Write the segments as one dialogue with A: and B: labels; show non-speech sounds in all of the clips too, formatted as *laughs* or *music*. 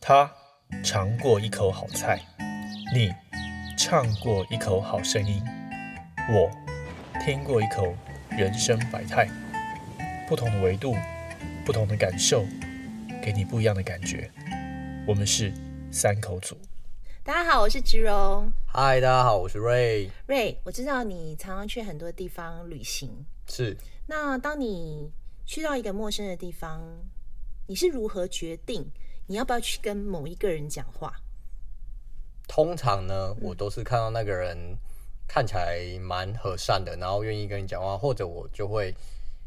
A: 他尝过一口好菜，你唱过一口好声音，我听过一口人生百态。不同的维度，不同的感受，给你不一样的感觉。我们是三口组。
B: 大家好，我是植荣
C: 嗨，大家好，我是 Ray，
B: Ray。我知道你常常去很多地方旅行，
C: 是
B: 那当你去到一个陌生的地方，你是如何决定你要不要去跟某一个人讲话？
C: 通常
B: 嗯
C: 呢，我都是看到那个人看起来蛮和善的，然后愿意跟你讲话，或者我就会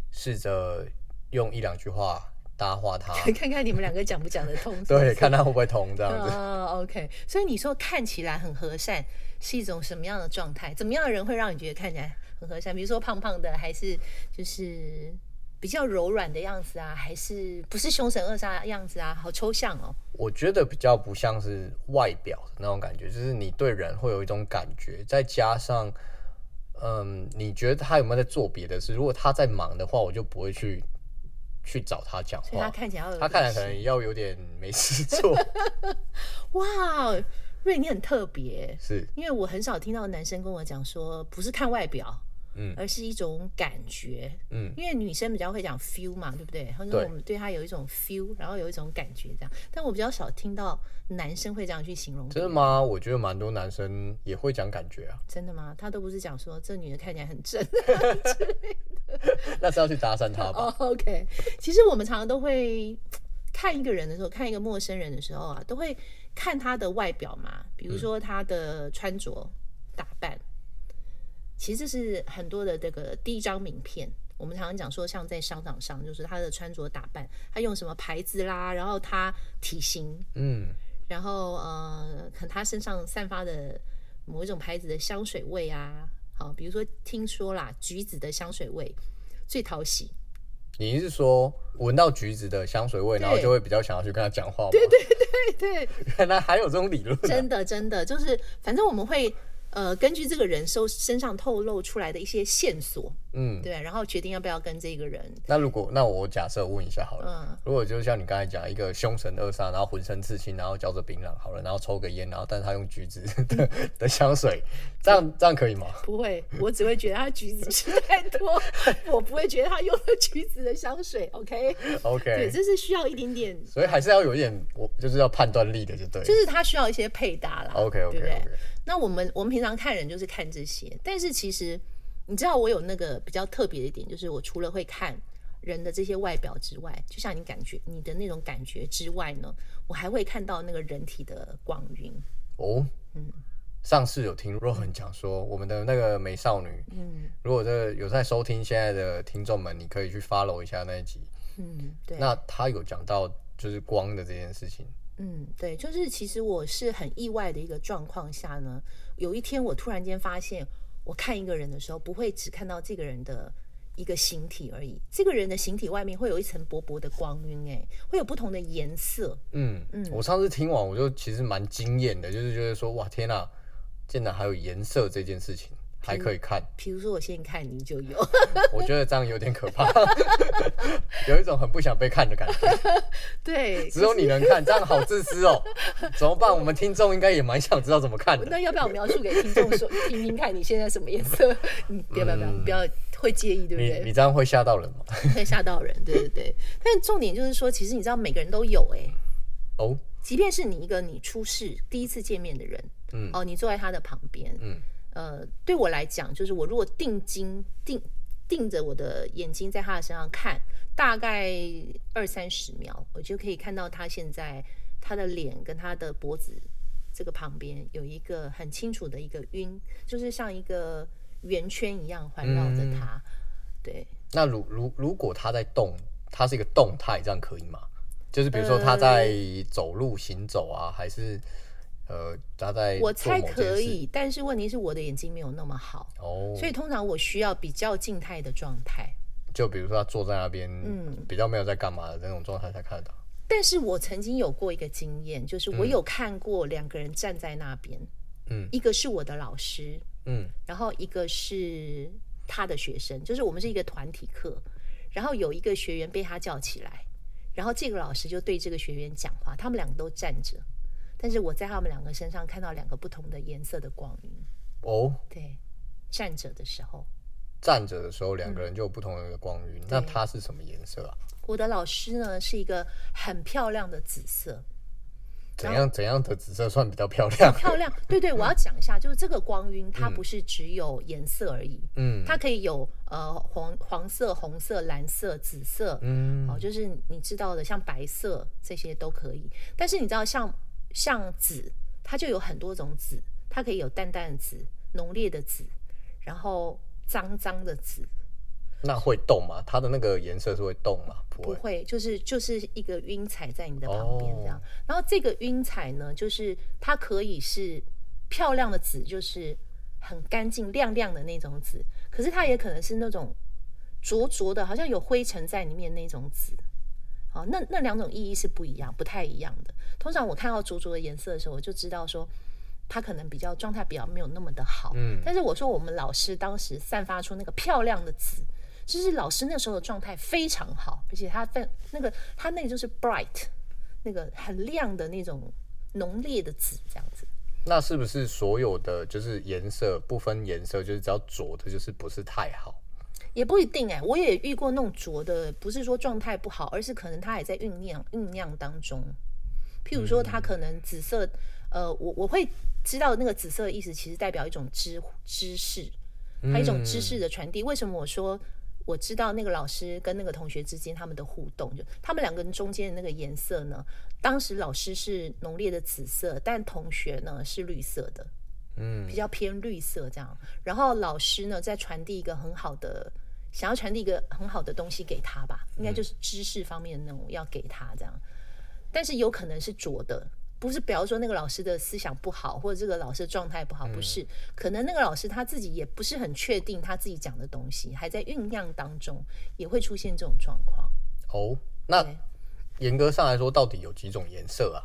C: 试着用一两句话搭话他，。
B: *laughs* 看看你们两个讲不讲得通
C: 啊对，看他会不会通这样子。
B: 哦、o k 所以你说看起来很和善是一种什么样的状态？怎么样的人会让你觉得看起来很和善？比如说胖胖的，还是就是比较柔软的样子啊，还是不是凶神恶煞的样子啊？好抽象哦。
C: 我觉得比较不像是外表的那种感觉，就是你对人会有一种感觉，再加上。嗯，你觉得他有没有在做别的事？如果他在忙的话，我就不会去去找他讲
B: 所以他
C: 话。
B: 看起来要有
C: 他看起来
B: 点
C: 可能要有点没事
B: *laughs*
C: 做，
B: 哇，瑞你很特别，
C: 是，
B: 因为我很少听到男生跟我讲说不是看外表，
C: 嗯
B: 而是一种感觉。
C: 嗯，
B: 因为女生比较会讲 feel 嘛，对不对？他说
C: 对
B: 我们对他有一种 feel，然后有一种感觉这样，但我比较少听到男生会这样去形容。
C: 真的吗？我觉得蛮多男生也会讲感觉啊， *laughs*
B: 真的吗？他都不是讲说这女的看起来很正。
C: 那是要去搭讪他吧？
B: 哦、o k 其实我们常常都会看一个人的时候，看一个陌生人的时候啊，都会看他的外表嘛，比如说他的穿着、打扮。其实这是很多的这个第一张名片。我们常常讲说，像在商场上，就是他的穿着打扮，他用什么牌子啦，然后他体型，
C: 嗯，
B: 然后呃，可能他身上散发的某一种牌子的香水味啊，好，比如说听说啦，橘子的香水味最讨喜， *laughs*
C: 你是说闻到橘子的香水味，
B: 对
C: 然后就会比较想要去跟他讲话吗？对对，
B: 对，
C: *laughs* 原来还有这种理论、啊，
B: 真的真的就是，反正我们会呃根据这个人身身上透露出来的一些线索，
C: 嗯。
B: 对，啊然后决定要不要跟这个人，
C: 那如果那我假设问一下好了，
B: 嗯，
C: 如果就像你刚才讲一个凶神恶煞，然后浑身刺青，然后嚼着槟榔，好了，然后抽个烟，然后但是他用橘子 *laughs* 的
B: 嗯
C: 的香水，这样这样可以吗？
B: 不会，我只会觉得他橘子吃太多， *laughs* 我不会觉得他用了橘子的香水，OK？对，
C: OK，
B: 这是需要一点点，
C: 所以还是要有一点，我就是要判断力的，就对了。
B: 就是他需要一些配搭啦
C: OK
B: 对
C: OK
B: 不对
C: OK，
B: 那我们我们平常看人就是看这些，但是其实你知道我有那个比较特别的一点，就是我除了会看人的这些外表之外，就像你感觉你的那种感觉之外呢，我还会看到那个人体的光晕。
C: 哦，
B: 嗯
C: 上次有听若恒讲说，我们的那个美少女，
B: 嗯
C: 如果这有在收听现在的听众们，你可以去 follow 一下那一集。
B: 嗯，对，
C: 那他有讲到就是光的这件事情，
B: 嗯对，就是其实我是很意外的一个状况下呢，有一天我突然间发现，我看一个人的时候，不会只看到这个人的。一个形体而已，这个人的形体外面会有一层薄薄的光晕，哎，会有不同的颜色，
C: 嗯
B: 嗯
C: 我上次听完我就其实蛮惊艳的，就是觉得说哇天呐，啊竟然还有颜色这件事情还可以看，
B: 比如说我先看你就有，
C: 我觉得这样有点可怕， *laughs* 有一种很不想被看的感
B: *laughs*
C: 觉，
B: *laughs* 对，
C: 只有你能看，这样好自
B: *laughs*
C: 私哦，怎么办？我们听众应该也蛮想知道怎么看的
B: 那。要不要我描述给听众 *laughs* 说，听听看你现在什么颜色？ *laughs* 你不要不要不要，你不要会介意，对不
C: 嗯你
B: 对
C: 你？这样会吓到人吗？
B: *laughs* 会吓到人，对对对。但重点就是说，其实你知道每个人都有哎、
C: 哦，
B: 即便是你一个你出事第一次见面的人，
C: 嗯
B: 哦，你坐在他的旁边，
C: 嗯，
B: 呃，对我来讲，就是我如果定睛定定着我的眼睛在他的身上看，大概二三十秒，我就可以看到他现在他的脸跟他的脖子这个旁边有一个很清楚的一个晕，就是像一个圆圈一样环绕着他。对，
C: 那如如如果它在动，它是一个动态，这样可以吗？就是比如说它在
B: 呃
C: 走路、行走啊，还是呃它在
B: 我
C: 做
B: 猜
C: 某件
B: 可
C: 事
B: 以，但是问题是我的眼睛没有那么好，
C: 哦。
B: 所以通常我需要比较静态的状态。
C: 就比如说它坐在那边，
B: 嗯
C: 比较没有在干嘛的那种状态才看得到。
B: 但是我曾经有过一个经验，就是我
C: 嗯
B: 有看过两个人站在那边，
C: 嗯
B: 一个是我的老师，
C: 嗯
B: 然后一个是他的学生，就是我们是一个团体课，然后有一个学员被他叫起来，然后这个老师就对这个学员讲话，他们两个都站着，但是我在他们两个身上看到两个不同的颜色的光晕。
C: 哦，
B: 对，站着的时候，
C: 站着的时候两个人就有不同的光晕，那它是什么颜色啊？
B: 我的老师呢是一个很漂亮的紫色，
C: 怎样怎样的紫色算比较漂亮？
B: 漂
C: *laughs*
B: 亮。对对，我要讲一下，就是这个光晕它不是只有颜色而已，
C: 嗯
B: 它可以有呃黄黄色、红色、蓝色、紫色，
C: 嗯
B: 哦，就是你知道的，像白色这些都可以。但是你知道像，像紫，它就有很多种紫，它可以有淡淡的紫、浓烈的紫，然后脏脏的紫，
C: 那会动吗？它的那个颜色是会动吗？不
B: 不
C: 会。
B: 会，就是就是一个晕彩在你的旁边这样。然后这个晕彩呢，就是它可以是漂亮的紫，就是很干净亮亮的那种紫，可是它也可能是那种灼灼的，好像有灰尘在里面那种紫。好，那那两种意义是不一样，不太一样的。通常我看到灼灼的颜色的时候，我就知道说。它可能比较状态比较没有那么的好，
C: 嗯
B: 但是我说我们老师当时散发出那个漂亮的紫，就是老师那时候的状态非常好，而且他在那个他那个就是 bright，那个很亮的那种浓烈的紫这样子。
C: 那是不是所有的就是颜色不分颜色，就是只要浊的，就是不是太好？
B: 也不一定哎、我也遇过那种浊的，不是说状态不好，而是可能它也在酝酿酝酿当中。譬如说，它可能紫色，呃，我我会知道那个紫色的意思，其实代表一种知知识，还有一种知识的传递。为什么我说我知道那个老师跟那个同学之间他们的互动，就他们两个人中间的那个颜色呢？当时老师是浓烈的紫色，但同学呢是绿色的，
C: 嗯
B: 比较偏绿色这样。然后老师呢在传递一个很好的，想要传递一个很好的东西给他吧，应该就是知识方面的那种要给他这样。但是有可能是浊的，不是，比方说那个老师的思想不好，或者这个老师的状态不好，不是，可能那个老师他自己也不是很确定他自己讲的东西，还在酝酿当中，也会出现这种状况。
C: 哦，那
B: 对
C: 严格上来说，到底有几种颜色啊？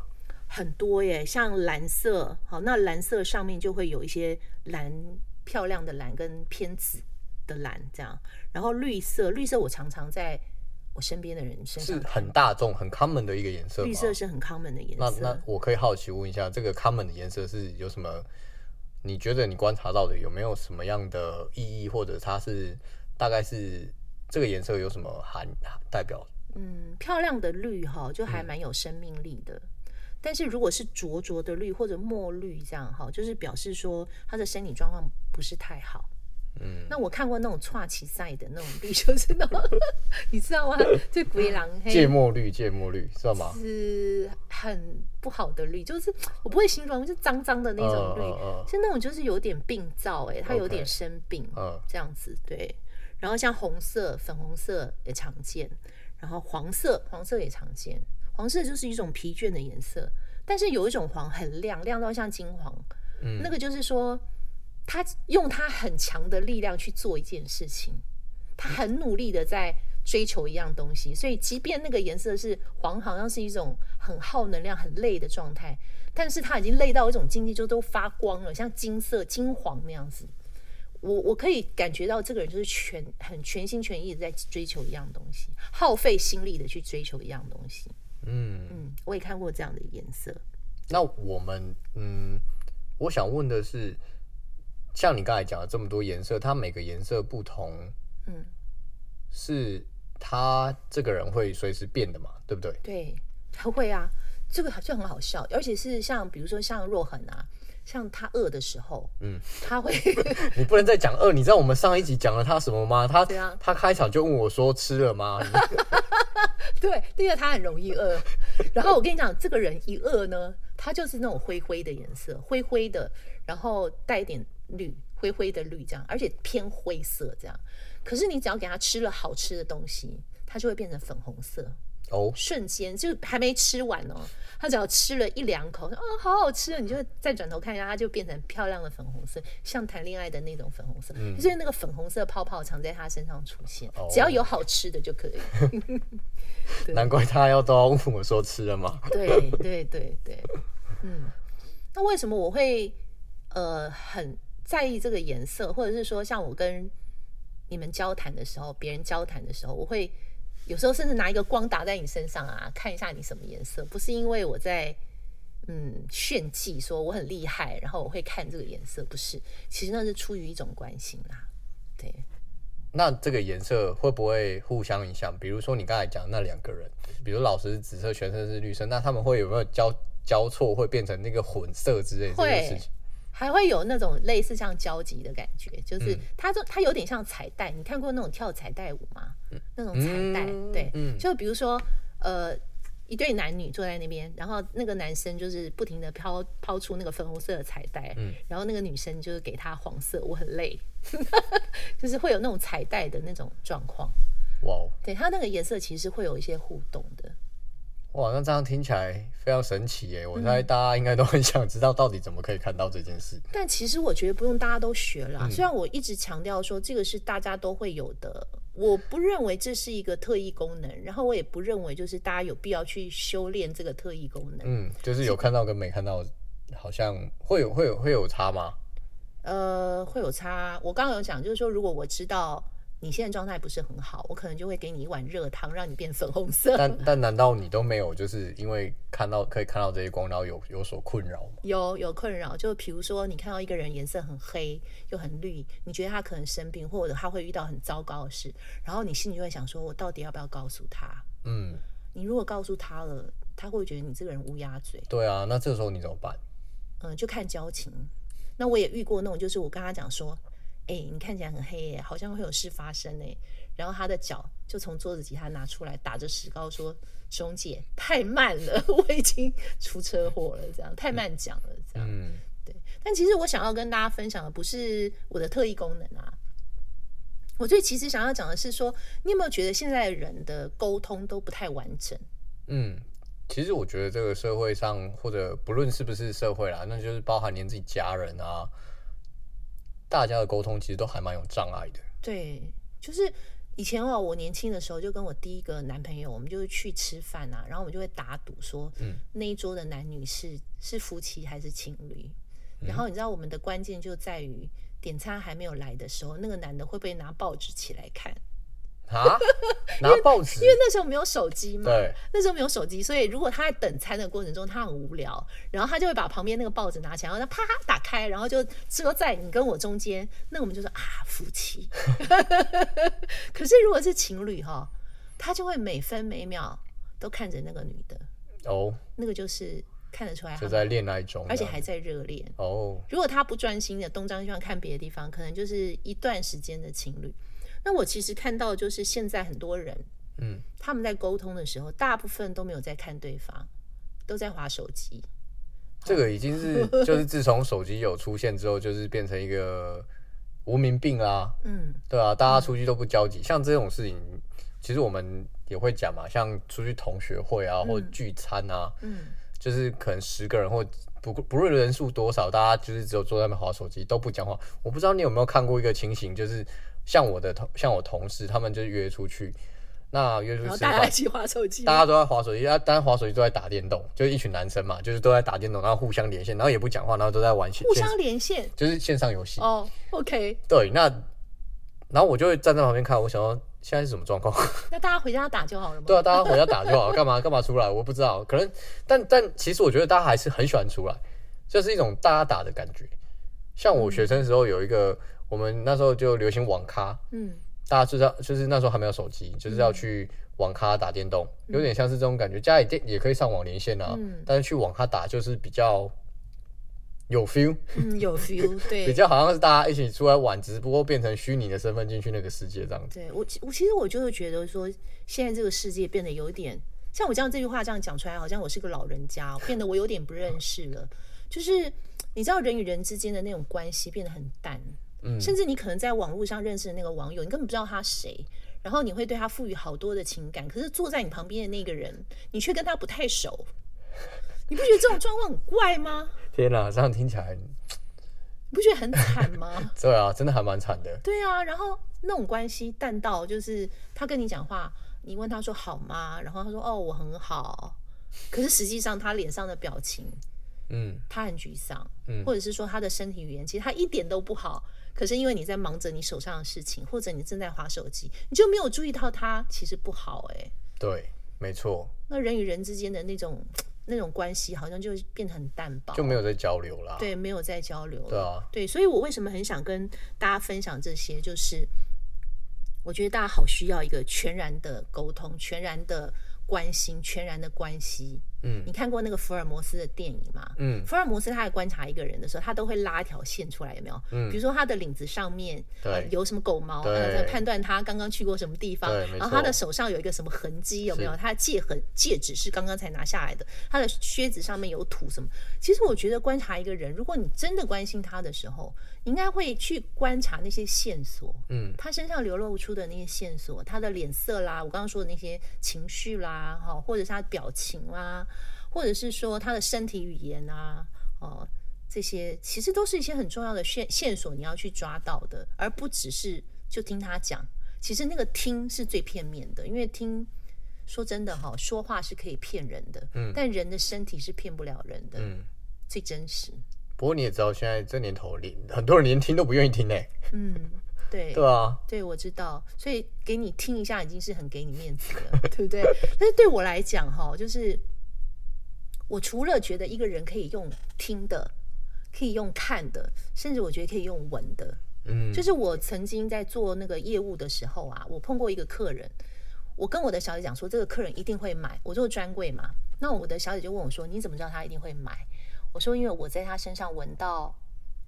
B: 很多耶，像蓝色，好，那蓝色上面就会有一些蓝漂亮的蓝跟偏紫的蓝这样，然后绿色，绿色我常常在我身边的人身
C: 是
B: 上，
C: 很大众、很 common 的一个颜色吗？
B: 绿色是很 common 的颜
C: 那
B: 色
C: 那。我可以好奇问一下，这个 common 的颜色是有什么？你觉得你观察到的有没有什么样的意义，或者它是大概是这个颜色有什么含代表？
B: 嗯，漂亮的绿哈，就还蛮有生命力的。但是如果是灼灼的绿或者墨绿这样哈，就是表示说他的身体状况不是太好。
C: 嗯，
B: 那我看过那种跨旗赛的那种绿，就是那种 *laughs* 你知道吗？这鬼狼黑
C: 芥末绿，芥末绿，知道吗？
B: 是很不好的绿，就是我不会形容，就脏脏的那种绿。
C: 嗯嗯
B: 是那种就是有点病灶哎、欸，它有
C: OK
B: 点生病
C: 嗯
B: 这样子对。然后像红色、粉红色也常见，然后黄色，黄色也常见。黄色就是一种疲倦的颜色，但是有一种黄很亮，亮到像金黄，
C: 嗯
B: 那个就是说他用他很强的力量去做一件事情，他很努力的在追求一样东西，所以即便那个颜色是黄，好像是一种很耗能量、很累的状态，但是他已经累到一种境界，就都发光了，像金色、金黄那样子。我我可以感觉到这个人就是全很全心全意的在追求一样东西，耗费心力的去追求一样东西。
C: 嗯，
B: 嗯，我也看过这样的颜色。
C: 那我们嗯，我想问的是，像你刚才讲的这么多颜色，它每个颜色不同，
B: 嗯，
C: 是他这个人会随时变的嘛，对不对？
B: 对，会啊，这个就很好笑，而且是像比如说像若恒啊，像他饿的时候，
C: 嗯，
B: 他会
C: 你不能再讲哦二，你知道我们上一集讲了他什么吗？他
B: 对啊
C: 他开场就问我说吃了吗？
B: 对，第一个他很容易饿， *laughs* 然后我跟你讲，这个人一饿呢，他就是那种灰灰的颜色，灰灰的，然后带一点绿，灰灰的绿这样，而且偏灰色这样。可是你只要给他吃了好吃的东西，他就会变成粉红色。
C: 哦， *laughs*
B: 瞬间就还没吃完哦，他只要吃了一两口，啊、好好吃！哦，你就再转头看一下，它就变成漂亮的粉红色，像谈恋爱的那种粉红色。所以那个粉红色泡泡常在他身上出现，
C: 哦
B: 只要有好吃的就可以。
C: 难怪他要都要问我说吃了吗？
B: 对对对对，嗯，那为什么我会呃很在意这个颜色，或者是说像我跟你们交谈的时候，别人交谈的时候，我会有时候甚至拿一个光打在你身上啊，看一下你什么颜色，不是因为我在嗯炫技说我很厉害，然后我会看这个颜色，不是，其实那是出于一种关心啦，对，
C: 那这个颜色会不会互相影响？比如说你刚才讲那两个人，比如老师紫色，全身是绿色，那他们会有没有交交错，会变成那个混色之类的这件事情？
B: 还会有那种类似像交集的感觉，
C: 嗯
B: 就是它就它有点像彩带，你看过那种跳彩带舞吗？那种彩带，
C: 嗯
B: 对，
C: 嗯
B: 就比如说呃。一对男女坐在那边，然后那个男生就是不停的抛抛出那个粉红色的彩带，
C: 嗯
B: 然后那个女生就是给他黄色，我很累， *laughs* 就是会有那种彩带的那种状况。
C: 哇哦
B: 对，它那个颜色其实会有一些互动的。
C: 哇，那这样听起来非常神奇耶！我猜大家应该都很想知道到底怎么可以看到这件事。 *laughs*
B: 但其实我觉得不用大家都学
C: 嗯
B: 啦。虽然我一直强调说这个是大家都会有的，我不认为这是一个特异功能，然后我也不认为就是大家有必要去修炼这个特异功能。
C: 嗯，就是有看到跟没看到，好像会有会有会有差吗？
B: 呃，会有差。我刚刚有讲，就是说如果我知道你现在状态不是很好，我可能就会给你一碗热汤，让你变粉红色。
C: 但但难道你都没有就是因为看到可以看到这些光，然后有有所困扰吗？
B: *laughs* 有有困扰，就比如说你看到一个人颜色很黑又很绿，你觉得他可能生病，或者他会遇到很糟糕的事，然后你心里就会想说，我到底要不要告诉他？
C: 嗯，
B: 你如果告诉他了，他会觉得你这个人乌鸦嘴，
C: 对啊，那这时候你怎么办？
B: 嗯、就看交情。那我也遇过那种，就是我跟他讲说，哎、你看起来很黑耶，好像会有事发生哎，然后他的脚就从桌子底下拿出来，打着石膏说，钟姐太慢了， *laughs* 我已经出车祸了，这样太慢讲了，这样。
C: 嗯，
B: 对，但其实我想要跟大家分享的不是我的特异功能啊，我最其实想要讲的是说，你有没有觉得现在人的沟通都不太完整？
C: 嗯，其实我觉得这个社会上，或者不论是不是社会啦，那就是包含连自己家人啊，大家的沟通其实都还蛮有障碍的。
B: 对，就是以前哦，我年轻的时候就跟我第一个男朋友，我们就是去吃饭啊，然后我们就会打赌说，
C: 嗯
B: 那一桌的男女是是夫妻还是情侣。然后你知道我们的关键就在于点餐还没有来的时候，那个男的会不会拿报纸起来看？ *laughs*
C: 啊，拿报纸
B: 因为，那时候没有手机嘛，
C: 对，
B: 那时候没有手机，所以如果他在等餐的过程中，他很无聊，然后他就会把旁边那个报纸拿起来，然后他啪打开，然后就遮在你跟我中间，那我们就说啊夫妻。 *laughs* 可是如果是情侣哈、他就会每分每秒都看着那个女的，
C: 哦，
B: 那个就是看得出来他
C: 就
B: 们，
C: 在恋爱中，
B: 而且还在热恋。
C: 哦，
B: 如果他不专心的东张西望看别的地方，可能就是一段时间的情侣。那我其实看到就是现在很多人，
C: 嗯，
B: 他们在沟通的时候，大部分都没有在看对方，都在划手机。
C: 这个已经是就是自从手机有出现之后，就是变成一个无名病啦、
B: 嗯，
C: 对啊，大家出去都不交集，像这种事情，其实我们也会讲嘛，像出去同学会啊，或聚餐啊，
B: 嗯，
C: 就是可能十个人或不不论人数多少，大家就是只有坐在那边划手机，都不讲话。我不知道你有没有看过一个情形，就是像我的同像我同事，他们就约出去，那约出
B: 然
C: 去
B: 后
C: 吃
B: 大家
C: 饭
B: 一。起划手机。
C: 大家都在划手机，啊，大家划手机都在打电动，就是一群男生嘛，就是都在打电动，然后互相连线，然后也不讲话，然后都在玩线
B: 互，
C: 线
B: 相连线
C: 就是线上游戏。
B: 哦，OK。
C: 对，那然后我就会站在旁边看，我想说现在是什么状况？
B: 那大家回家打就好了吗？
C: 对啊，大家回家打就好， *laughs* 干嘛干嘛出来？我不知道，可能但但其实我觉得大家还是很喜欢出来，就是一种大家打的感觉。像
B: 嗯
C: 我学生时候有一个，我们那时候就流行网咖，
B: 嗯，
C: 大家就是要就是那时候还没有手机，就是要去网咖打电动，有点像是这种感觉。家里电也可以上网连线啊，
B: 嗯
C: 但是去网咖打就是比较有 feel，
B: 嗯，有 feel，
C: 比 *laughs*
B: 对。
C: 较好像是大家一起出来玩，只不过变成虚拟的身份进去那个世界这样子。
B: 对我其，我其实我就是觉得说，现在这个世界变得有一点，像我这样这句话这样讲出来，好像我是个老人家哦，变得我有点不认识了。就是你知道，人与人之间的那种关系变得很淡，
C: 嗯
B: 甚至你可能在网络上认识的那个网友，你根本不知道他谁，然后你会对他赋予好多的情感，可是坐在你旁边的那个人，你却跟他不太熟，你不觉得这种状况很怪吗？
C: 天哪、这样听起来，
B: 你不觉得很惨吗？
C: 对啊，真的还蛮惨的。
B: 对啊，然后那种关系淡到就是他跟你讲话，你问他说好吗？然后他说哦我很好，可是实际上他脸上的表情
C: 嗯
B: 他很沮丧，
C: 嗯
B: 或者是说他的身体语言其实他一点都不好，可是因为你在忙着你手上的事情，或者你正在划手机，你就没有注意到他其实不好、欸。
C: 对，没错，
B: 那人与人之间的那种那种关系，好像就变得很淡薄，
C: 就没有在交流啦。
B: 对，没有再交流了。
C: 对啊，
B: 对，所以我为什么很想跟大家分享这些，就是我觉得大家好需要一个全然的沟通、全然的关心、全然的关系。
C: 嗯
B: 你看过那个福尔摩斯的电影吗？
C: 嗯，
B: 福尔摩斯他在观察一个人的时候，他都会拉一条线出来，有没有？
C: 嗯
B: 比如说他的领子上面、呃
C: 对、
B: 有什么狗毛，
C: 对
B: 呃，在判断他刚刚去过什么地方
C: 对没，
B: 然后
C: 错
B: 他的手上有一个什么痕迹，有没有？
C: 是
B: 他的戒痕戒指是刚刚才拿下来的，他的靴子上面有土什么？其实我觉得观察一个人，如果你真的关心他的时候，你应该会去观察那些线索。
C: 嗯
B: 他身上流露出的那些线索，他的脸色啦，我刚刚说的那些情绪啦，哈，或者是他的表情啦，或者是说他的身体语言啊，哦，这些其实都是一些很重要的线线索，你要去抓到的，而不只是就听他讲。其实那个听是最片面的，因为听说真的哈、说话是可以骗人的，
C: 嗯
B: 但人的身体是骗不了人的，
C: 嗯。
B: 最真实。
C: 不过你也知道，现在这年头连很多人连听都不愿意听呢、
B: 嗯，对。
C: 对啊，
B: 对，我知道，所以给你听一下已经是很给你面子了，对不对？但是对我来讲，哈，就是我除了觉得一个人可以用听的，可以用看的，甚至我觉得可以用闻的，
C: 嗯，
B: 就是我曾经在做那个业务的时候啊，我碰过一个客人，我跟我的小姐讲说，这个客人一定会买，我做专柜嘛，那我的小姐就问我说，你怎么知道他一定会买？我说，因为我在他身上闻到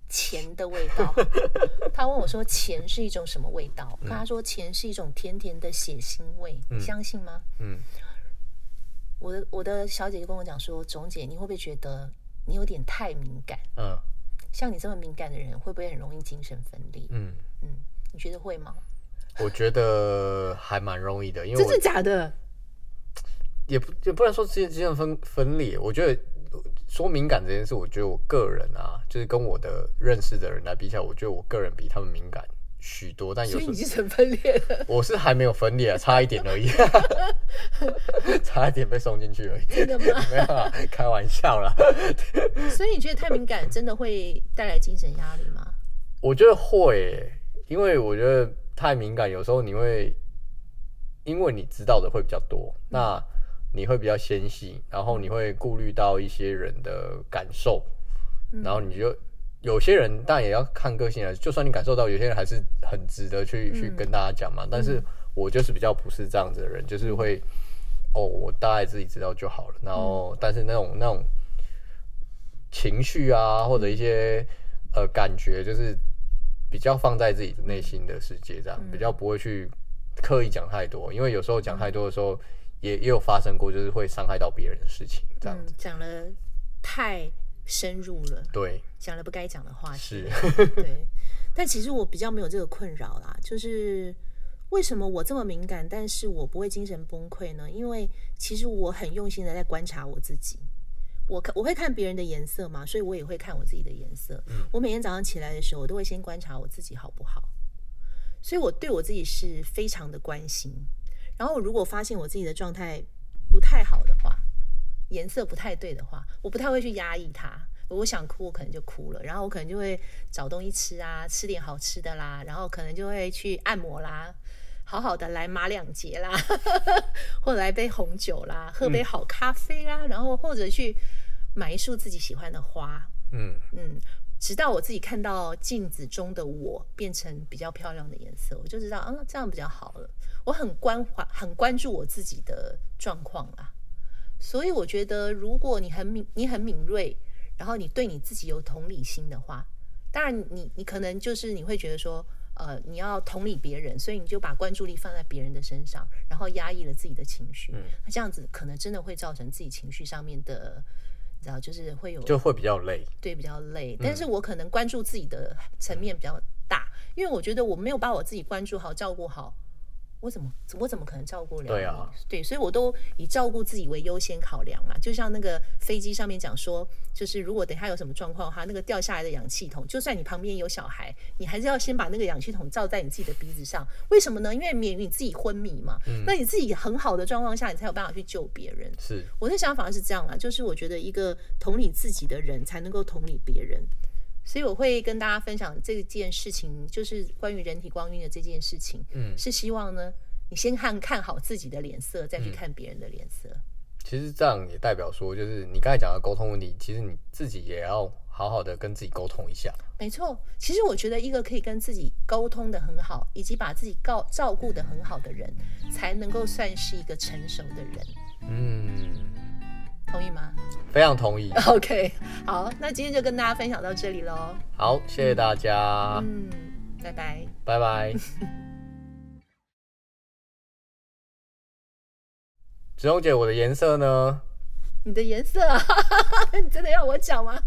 B: 钱的味道。 *laughs* 他问我说，钱是一种什么味道？
C: 嗯
B: 我跟他说，钱是一种甜甜的血腥味，你相信吗？
C: 嗯，
B: 我的我的小姐就跟我讲说，总姐，你会不会觉得你有点太敏感？
C: 嗯
B: 像你这么敏感的人，会不会很容易精神分裂？
C: 嗯，
B: 嗯，你觉得会吗？
C: 我觉得还蛮容易的，因为
B: 真
C: 我
B: 的假的？
C: 也不也不能说直接精神分分裂，我觉得说敏感这件事，我觉得我个人啊，就是跟我的认识的人来比起来，我觉得我个人比他们敏感许多，但有
B: 所以
C: 时
B: 你
C: 候
B: 精神分裂了，
C: 我是还没有分裂、啊，差一点而已， *laughs* 差一点被送进去而已，
B: 真的吗？
C: *laughs* 没有啦，开玩笑啦。
B: *laughs* 所以你觉得太敏感真的会带来精神压力吗？
C: 我觉得会耶，因为我觉得太敏感，有时候你会因为你知道的会比较多，那你会比较纤细，然后你会顾虑到一些人的感受，
B: 嗯
C: 然后你就有些人，但也要看个性啊。就算你感受到有些人还是很值得去去
B: 嗯
C: 跟大家讲嘛，但是我就是比较不是这样子的人，就是会
B: 嗯
C: 哦，我大概自己知道就好了。然后，但是那种那种情绪啊，或者一些
B: 嗯
C: 呃感觉，就是比较放在自己内心的世界，这样、
B: 嗯
C: 比较不会去刻意讲太多，因为有时候讲太多的时
B: 嗯
C: 候，也也有发生过，就是会伤害到别人的事情，这样
B: 嗯
C: 子。，
B: 讲了太深入了，
C: 对，
B: 讲了不该讲的话题
C: 是，
B: 对，但其实我比较没有这个困扰啦，就是为什么我这么敏感，但是我不会精神崩溃呢？因为其实我很用心的在观察我自己。我看我会看别人的颜色嘛，所以我也会看我自己的颜色。我每天早上起来的时候，我都会先观察我自己好不好，所以我对我自己是非常的关心。然后如果发现我自己的状态不太好的话，颜色不太对的话，我不太会去压抑它。我想哭，我可能就哭了，然后我可能就会找东西吃啊，吃点好吃的啦，然后可能就会去按摩啦，好好的来马两节啦， *laughs* 或者来杯红酒啦，喝杯好咖啡啦，然后或者去买一束自己喜欢的花，
C: *laughs* 嗯
B: 嗯，直到我自己看到镜子中的我变成比较漂亮的颜色，我就知道，啊，这样比较好了。我很关怀，很关注我自己的状况啦。所以我觉得，如果你很敏，你很敏锐，然后你对你自己有同理心的话，当然你你可能就是你会觉得说，呃，你要同理别人，所以你就把关注力放在别人的身上，然后压抑了自己的情绪，那这样子可能真的会造成自己情绪上面的，你知道，就是会有
C: 就会比较累。
B: 对比较累，
C: 嗯
B: 但是我可能关注自己的层面比较大，因为我觉得我没有把我自己关注好、照顾好，我怎么我怎么可能照顾了你？
C: 对啊
B: 对，所以我都以照顾自己为优先考量嘛。就像那个飞机上面讲说，就是如果等一下有什么状况的话，那个掉下来的氧气筒，就算你旁边有小孩，你还是要先把那个氧气筒罩在你自己的鼻子上。为什么呢？因为免于你自己昏迷嘛。
C: 嗯
B: 那你自己很好的状况下，你才有办法去救别人。
C: 是
B: 我的想法是这样啦，就是我觉得一个同理自己的人才能够同理别人，所以我会跟大家分享这件事情，就是关于人体光晕的这件事情，
C: 嗯
B: 是希望呢，你先看看好自己的脸色，再去看别人的脸色。
C: 其实这样也代表说，就是你刚才讲的沟通问题，其实你自己也要好好的跟自己沟通一下。
B: 没错，其实我觉得一个可以跟自己沟通的很好，以及把自己告照顾的很好的人，才能够算是一个成熟的人，
C: 嗯，
B: 同意吗 *laughs*
C: 非常同 *laughs* 意。
B: ？OK，好，那今天就跟大家分享到这里喽。
C: 好，谢谢大家，
B: 嗯，拜拜。
C: 拜 *laughs* 拜。子荣姐，我的颜色呢？
B: *laughs* 你的颜色、啊，你真的要我讲吗？